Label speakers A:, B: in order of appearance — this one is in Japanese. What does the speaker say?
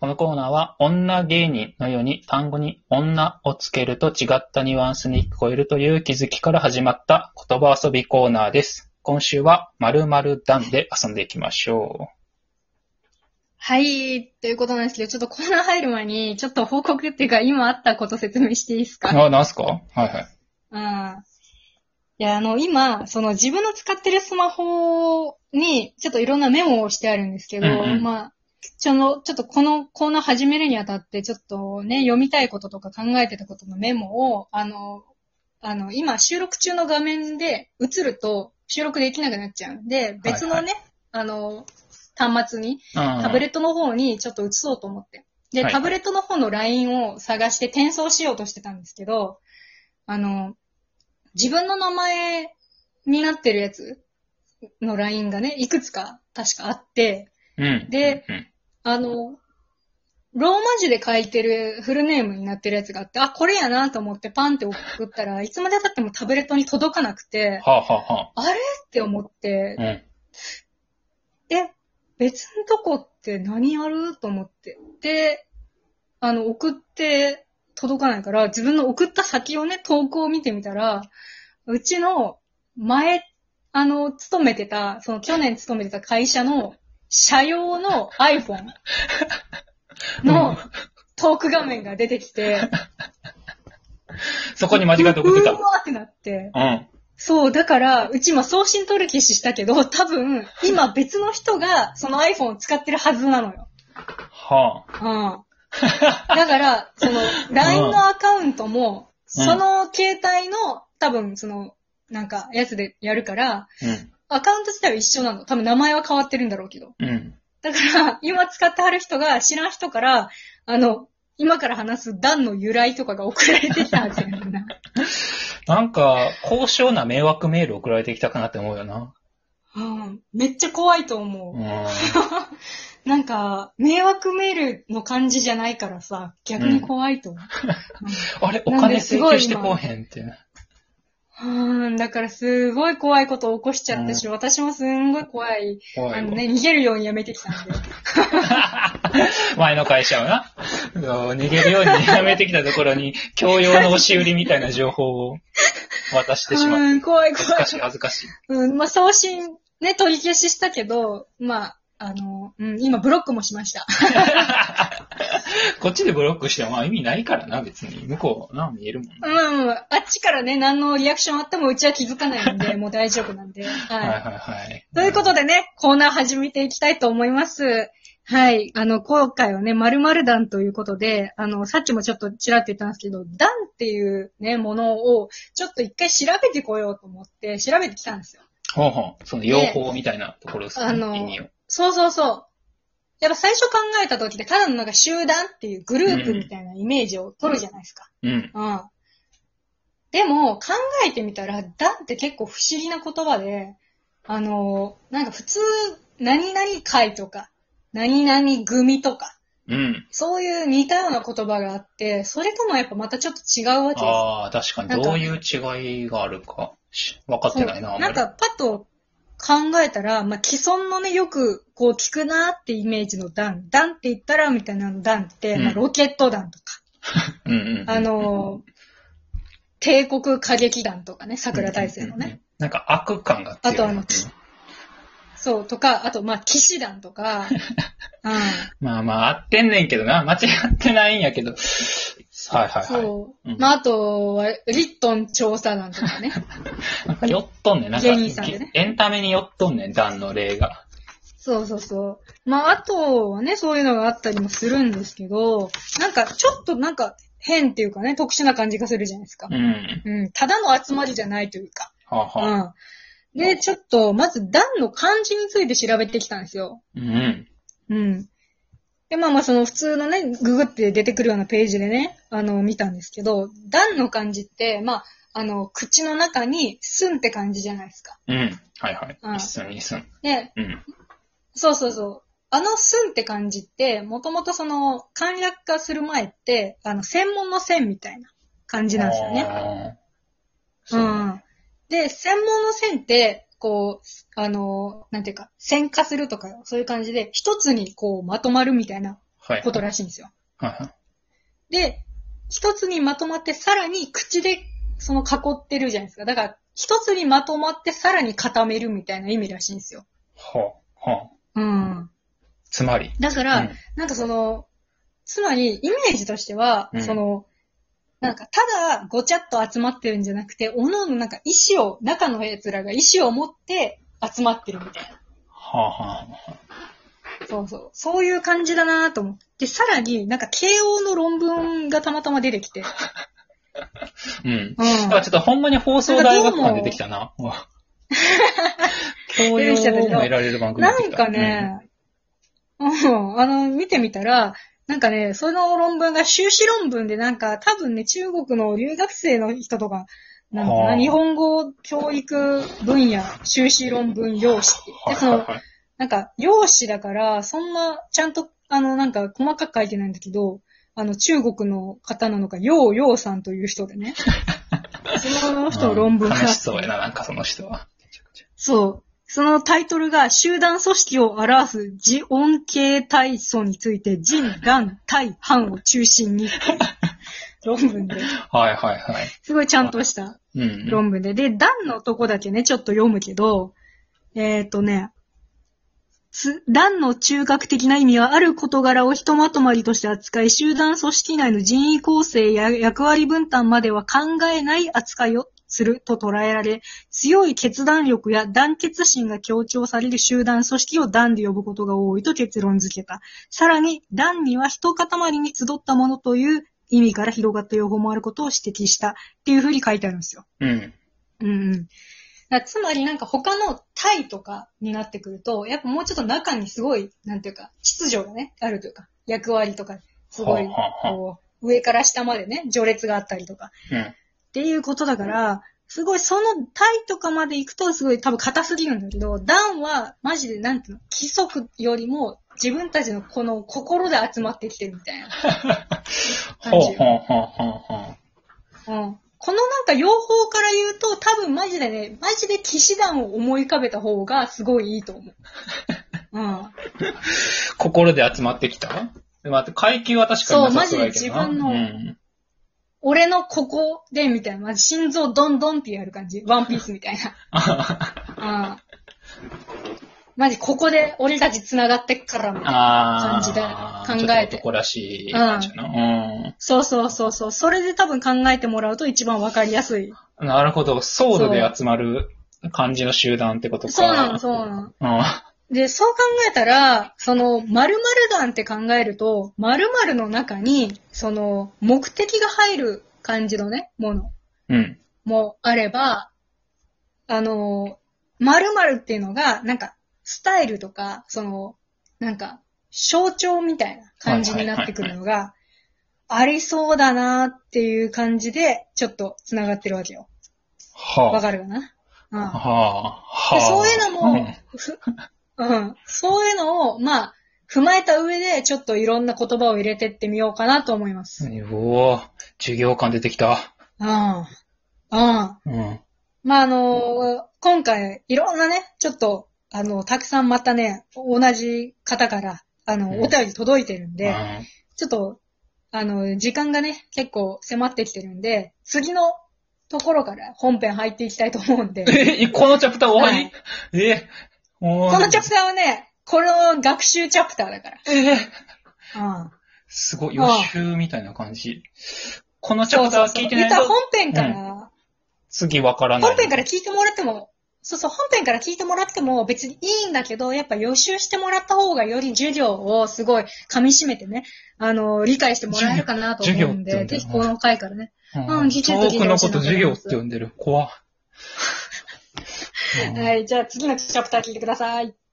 A: このコーナーは、女芸人のように単語に女をつけると違ったニュアンスに聞こえるという気づきから始まった言葉遊びコーナーです。今週は、〇〇段で遊んでいきましょ
B: はい、ということなんですけど、ちょっとコーナー入る前に、ちょっと報告っていうか、今あったこと説明していいです
A: う。
B: か
A: あ、なんすかはいはい。
B: うん。いや、あの、今、その自分の使ってるスマホに、ちょっといろんなメモをしてあるんですけど、
A: うんうん
B: まあ、その、ちょっとこのコーナー始めるにあたって、ちょっとね、読みたいこととか考えてたことのメモを、あの、あの、今、収録中の画面で映ると、収録できなくなっちゃうんで、別のね、あの、端末に、
A: うん
B: タブレットの方にちょっと移そうと思って。で、
A: はい
B: タブレットの方の LINE を探して転送しようとしてたんですけど、あの、自分の名前になってるやつの LINE がね、いくつか確かあって、
A: うん。
B: で
A: うん、
B: あの、ローマ字で書いてるフルネームになってるやつがあって、あ、これやなと思ってパンって送ったらいつまで経ってもタブレットに届かなくて、
A: はあ、はあは
B: あれって思って
A: あ、う、ん。
B: え、別のとこって何あると思って。で、あの、送って届かないから、自分の送った先をね、投稿を見てみたら、うちの前、あの、勤めてた、その去年勤めてた会社の社用の iPhone
A: う
B: の
A: ん
B: トーク画面が出てきて、
A: そこに間違って送ってた
B: うわ。ーってなって。
A: うん。
B: そう、だから、うち今送信取り消ししたけど、多分、今別の人がその iPhone を使ってるはずなのよ。
A: はあ。
B: うん。だから、その、LINE のアカウントも、
A: うん
B: その携帯の、多分、その、なんか、やつでやるから、
A: う
B: アカウント自体は一緒なの。多分名前は変わってるんだろうけど。
A: ん。うん。
B: だから、今使ってはる人が知らん人から、あの、今から話す段の由来とかが送られてきたはずやねんな。
A: なんか、高尚な迷惑メール送られてきたかなって思うよな。
B: うん。めっちゃ怖いと思
A: う
B: う。
A: ん。
B: なんか、迷惑メールの感じじゃないからさ、逆に怖いと思う。
A: あれ、お
B: なん
A: 金
B: です
A: 請
B: ごい
A: 求してこうへんって。
B: うん、だからすごい怖いことを起こしちゃったし、私もすんごい怖い。
A: 怖
B: あ
A: いわ
B: のね、逃げるようにやめてきたんで。
A: 前の会社はな、あの逃げるようにやめてきたところに、教養の押し売りみたいな情報を渡 してしまっ
B: うん、怖い
A: て、恥ず
B: 怖い
A: かし。い恥ずかしい。
B: うん、まあ、送信、ね、取り消ししたけど、まあ、あの、うん、今ブロックもしました。
A: こっちでブロックしてもまあ意味ないからな、別に。向こうな、見えるもんな。
B: うん、うんあっちからね、何のリアクションあってもうちは気づかないんで、もう大丈夫なんで。
A: はい
B: はい。
A: はいはい。
B: ということでね、コーナー始めていきたいと思います。はい。あの、今回はね、〇〇団ということで、あの、さっきもちょっとちらっと言ったんですけど、団っていうね、ものを、ちょっと一回調べてこようと思って、調べてきたんですよ。
A: ほうほう。その用法みたいなところですね。
B: あの
A: 意味を
B: そうそうそう。やっぱ最初考えた時って、ただのなんか集団っていうグループみたいなイメージを取るじゃないですか。
A: うん。
B: うん。でも、考えてみたら、だって結構不思議な言葉で、あの、なんか普通、何々会とか、何々組とか、
A: うん。
B: そういう似たような言葉があって、それともやっぱまたちょっと違うわけです。
A: ああ、確かに。
B: なんか
A: どういう違いがあるか、し分かってないな、あ
B: そうんな
A: まり
B: んかパッと考えたら、まあ、既存のね、よくこう聞くなってイメージの段、段って言ったらみたいなの段って、
A: うん
B: まあ、ロケット弾とか、
A: うんうんうん
B: あの、帝国歌劇団とかね、桜大戦のね。
A: うんうんうん。なんか悪感が強い。
B: あとあのそう、とか、あと、まあ、騎士団と か、う
A: まあまあ、合ってんねんけどな。間違ってないんやけど。はいはい
B: ん、
A: は
B: そう、
A: うん
B: まあ、あとは、リットン調査団とか ね。
A: い。なんか酔っとんねん。なんか
B: ジェニーさんでね
A: エンタメに酔っとんねん、段の例が。
B: そうそうそう。まあ、あとはね、そういうのがあったりもするんですけど、なんか、ちょっとなんか、変っていうかね、特殊な感じがするじゃないですか
A: う。ん。
B: うん、ただの集まりじゃないというか。
A: はあ、はあ、
B: うん。で、ちょっと、まず、団の漢字について調べてきたんですよ。
A: うん。
B: うん。で、まあまあ、その普通のね、ググって出てくるようなページでね、あの、見たんですけど、段の漢字って、まあ、あの、口の中に、すんって漢字じゃないですか。
A: うん。はいはい。
B: うん
A: 一寸二寸。
B: で、
A: うん。
B: そうそうそう。あのすんって漢字って、もともとその、簡略化する前って、あの、専門の線みたいな感じなんですよね。。
A: ね。そううん
B: で、専門の線って、こう、あの、なんていうか、線化するとか、そういう感じで、一つにこう、まとまるみたいな
A: はい。
B: ことらしいんですよ。
A: はいはい。
B: で、一つにまとまって、さらに口でその囲ってるじゃないですか。だから、一つにまとまって、さらに固めるみたいな意味らしいんですよ。
A: はあ、はあ。
B: うん。
A: つまり。
B: だから、
A: うん
B: なんかその、つまり、イメージとしては、
A: うん
B: その、なんか、ただ、ごちゃっと集まってるんじゃなくて、おののなんか意志を、中の奴らが意志を持って集まってるみたいな。
A: はあ、はあ。
B: そうそう。そういう感じだなと思って、さらになんか慶応の論文がたまたま出てきて。
A: うん。
B: うん。
A: だからちょっとほんまに放送大学館出てきたな。うわ教養を得られる番組出
B: な
A: て
B: ん
A: きた
B: か、ね、うん、あの、見てみたら、なんかね、その論文が修士論文でなんか、多分ね、中国の留学生の人とか、なのか
A: はあ
B: な、日本語教育分野、修士論文用紙っていう。で、
A: うん。はい
B: そ
A: はい
B: の、
A: はい。
B: なんか、用紙だから、そんな、ちゃんと、あの、なんか、細かく書いてないんだけど、あの、中国の方なのか、ようようさんという人 でね。その人の論文
A: うん
B: が。
A: 楽しそうやな、なんかその人は。
B: そう。そのタイトルが、集団組織を表す自音形体操について、人、乱、対、反を中心にっていう 論文で。
A: はいはいはい。
B: すごいちゃんとした
A: うん。
B: 論文で。で、段のとこだけね、ちょっと読むけど、えっ、とね、つ段の中核的な意味は、ある事柄をひとまとまりとして扱い、集団組織内の人員構成や役割分担までは考えない扱いをすると捉えられ、強い決断力や団結心が強調される集団組織を団で呼ぶことが多いと結論付けた。さらに、団には一塊に集ったものという意味から広がった用語もあることを指摘したっていうふうに書いてあるんですよ。
A: うん。
B: うんうん。だからつまりなんか他のタイとかになってくると、やっぱもうちょっと中にすごい、なんていうか、秩序がね、あるというか、役割とか、すごい
A: は、あはあは
B: こう、上から下までね、序列があったりとか、
A: うん。
B: っていうことだから、すごいそのタイとかまで行くとすごい多分硬すぎるんだけど、ダンはマジでなんていうの、規則よりも自分たちのこの心で集まってきてるみたいな
A: ほ
B: 感
A: う
B: じ。
A: ほうほうほうほう。
B: うんこのなんか用法から言うと、多分マジでね、マジで騎士団を思い浮かべた方がすごいいいと思う。うん。
A: 心で集まってきたでも、あと階級は確かになさやけ
B: そう
A: どな
B: マジで自分の
A: うん
B: 俺のここでみたいな、まず心臓ドンドンってやる感じ。ワンピースみたい
A: あはは
B: な。うん。マジここで俺たち繋がってっからみたいな。
A: あー
B: 感じで考えて
A: ちょっと男らしい感じやな。
B: そうそうそうそう。それで多分考えてもらうと一番わかりやすい。
A: うん。なるほど。ソードで集まる感じの集団ってことか。
B: そうなの、そうなの。
A: うん。
B: で、そう考えたら、その、〇〇団って考えると、〇〇の中に、その、目的が入る感じのね、もの
A: うん。
B: もあれば、あの、〇〇っていうのが、なんか、スタイルとか、その、なんか、象徴みたいな感じになってくるのが、ありそうだなっていう感じで、ちょっと繋がってるわけよ。わ
A: は
B: かるかなうん
A: あ。。はあ。は
B: で
A: あ。
B: そういうのも
A: ん
B: ふうん。そういうのを、まあ、踏まえた上で、ちょっといろんな言葉を入れてってみようかなと思います。うん。
A: うおー授業感出てきた。
B: うん。ま
A: うん。
B: あ、あの、今回、いろんなね、ちょっと、あの、たくさんまたね、同じ方から、あ
A: う
B: の、
A: ん
B: お便り届いてるんで、
A: うん
B: ちょっと、あの、時間がね、結構迫ってきてるんで、次のところから本編入っていきたいと思うんで、
A: え、このチャプター終わり、
B: はい
A: え、こ
B: このチャプターはね、この学習チャプターだから。
A: えー
B: うん。
A: すごい、予習みたいな感じ。このチャプター聞いてない
B: そうそうそう一旦
A: と、
B: 本編から、
A: 次わからない。
B: 本編から聞いてもらっても、そうそう、本編から聞いてもらっても別にいいんだけど、やっぱ予習してもらった方がより授業をすごい噛み締めてね、あの、理解してもらえるかなと思うん
A: 授業
B: で、
A: っ
B: ぜ
A: て言
B: ひ
A: うんだよ
B: この回からね。
A: う
B: うん
A: ん、
B: 聞いて
A: ト
B: る時
A: ー
B: に
A: クのこと授業って 呼んでる。怖うん
B: はい、じゃあ次のチャプター聞いてください。